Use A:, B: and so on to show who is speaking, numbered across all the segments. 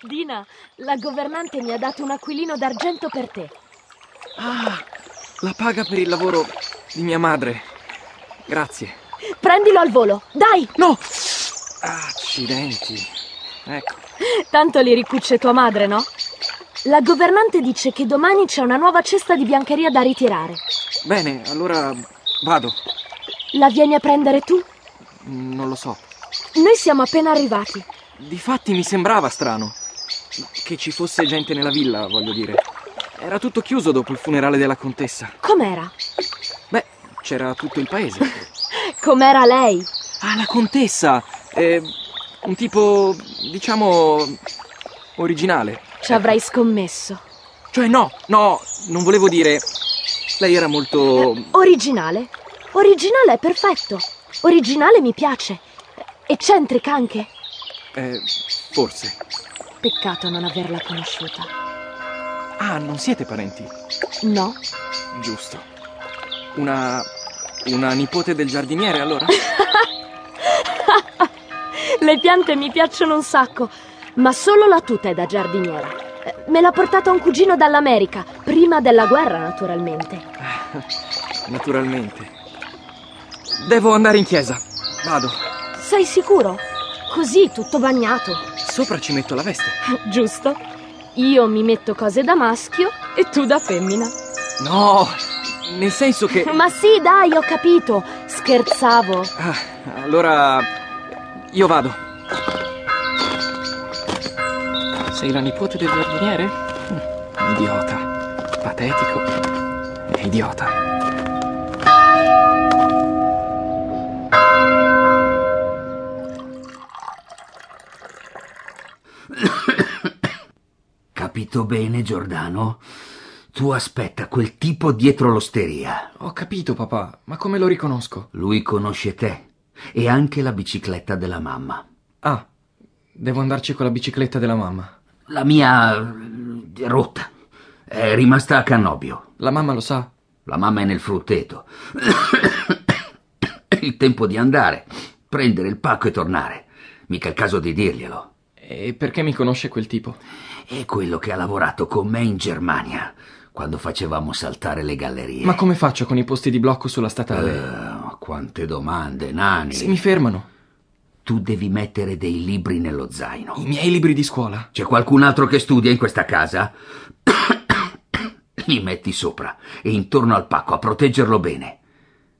A: Dina, la governante mi ha dato un aquilino d'argento per te.
B: Ah, la paga per il lavoro di mia madre. Grazie.
A: Prendilo al volo, dai!
B: No! Accidenti. Ecco.
A: Tanto li ricucce tua madre, no? La governante dice che domani c'è una nuova cesta di biancheria da ritirare.
B: Bene, allora vado.
A: La vieni a prendere tu?
B: Non lo so.
A: Noi siamo appena arrivati.
B: Difatti mi sembrava strano. Che ci fosse gente nella villa, voglio dire. Era tutto chiuso dopo il funerale della contessa.
A: Com'era?
B: Beh, c'era tutto il paese.
A: Com'era lei?
B: Ah, la contessa! Eh, un tipo, diciamo, originale.
A: Ci avrei scommesso.
B: Cioè, no, no, non volevo dire. Lei era molto.
A: Eh, originale? Originale è perfetto. Originale mi piace. Eccentrica anche.
B: Eh, forse.
A: Peccato non averla conosciuta.
B: Ah, non siete parenti?
A: No?
B: Giusto. Una. una nipote del giardiniere, allora?
A: Le piante mi piacciono un sacco, ma solo la tuta è da giardiniera. Eh, Me l'ha portata un cugino dall'America, prima della guerra naturalmente.
B: Naturalmente. Devo andare in chiesa. Vado.
A: Sei sicuro? Così, tutto bagnato.
B: Sopra ci metto la veste.
A: Giusto? Io mi metto cose da maschio e tu da femmina.
B: No! Nel senso che.
A: Ma sì, dai, ho capito. Scherzavo.
B: Ah, allora. Io vado. Sei la nipote del giardiniere? Hm, Idiota. Patetico. E idiota.
C: Capito bene, Giordano? Tu aspetta quel tipo dietro l'osteria.
B: Ho capito, papà, ma come lo riconosco?
C: Lui conosce te e anche la bicicletta della mamma.
B: Ah, devo andarci con la bicicletta della mamma.
C: La mia eh, rotta è rimasta a Cannobio.
B: La mamma lo sa?
C: La mamma è nel frutteto. È il tempo di andare, prendere il pacco e tornare. Mica il caso di dirglielo.
B: E perché mi conosce quel tipo?
C: È quello che ha lavorato con me in Germania quando facevamo saltare le gallerie.
B: Ma come faccio con i posti di blocco sulla statale?
C: Eh, quante domande, Nani.
B: Se mi fermano,
C: Tu devi mettere dei libri nello zaino.
B: i miei libri di scuola.
C: C'è qualcun altro che studia in questa casa? Li metti sopra e intorno al pacco a proteggerlo bene.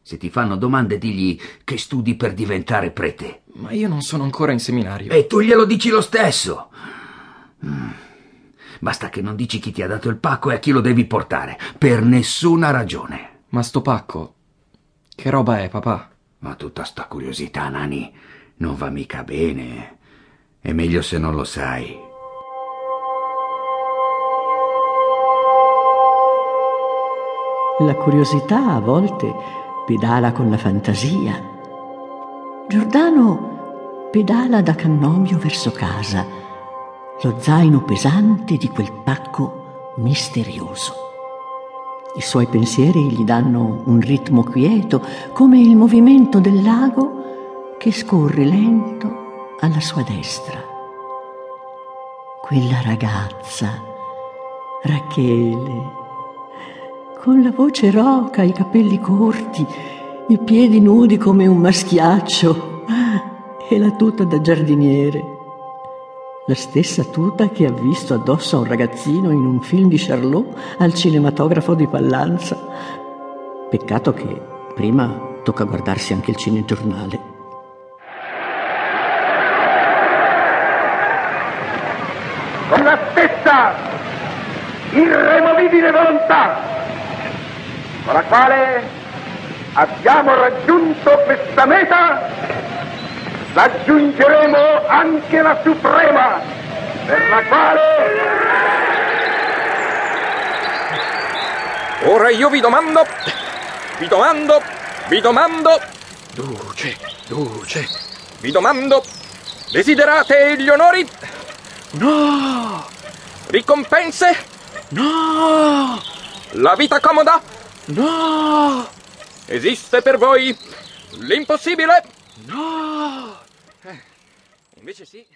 C: Se ti fanno domande, digli che studi per diventare prete.
B: Ma io non sono ancora in seminario.
C: E tu glielo dici lo stesso. Mm. Basta che non dici chi ti ha dato il pacco e a chi lo devi portare, per nessuna ragione.
B: Ma sto pacco. Che roba è, papà?
C: Ma tutta sta curiosità, Nani, non va mica bene. È meglio se non lo sai.
D: La curiosità a volte pedala con la fantasia. Giordano pedala da Cannobio verso casa, lo zaino pesante di quel pacco misterioso. I suoi pensieri gli danno un ritmo quieto, come il movimento del lago che scorre lento alla sua destra. Quella ragazza, Rachele con la voce roca, i capelli corti, i piedi nudi come un maschiaccio e la tuta da giardiniere. La stessa tuta che ha visto addosso a un ragazzino in un film di Charlot al cinematografo di Pallanza. Peccato che prima tocca guardarsi anche il cinegiornale.
E: con la stessa irremovibile volontà con la quale abbiamo raggiunto questa meta, raggiungeremo anche la suprema per la quale
B: Ora io vi domando, vi domando, vi domando,
C: Duce, duce.
B: vi domando, desiderate gli onori?
C: No!
B: Ricompense?
C: No!
B: La vita comoda?
C: No!
B: Esiste per voi l'impossibile?
C: No!
B: Invece sì.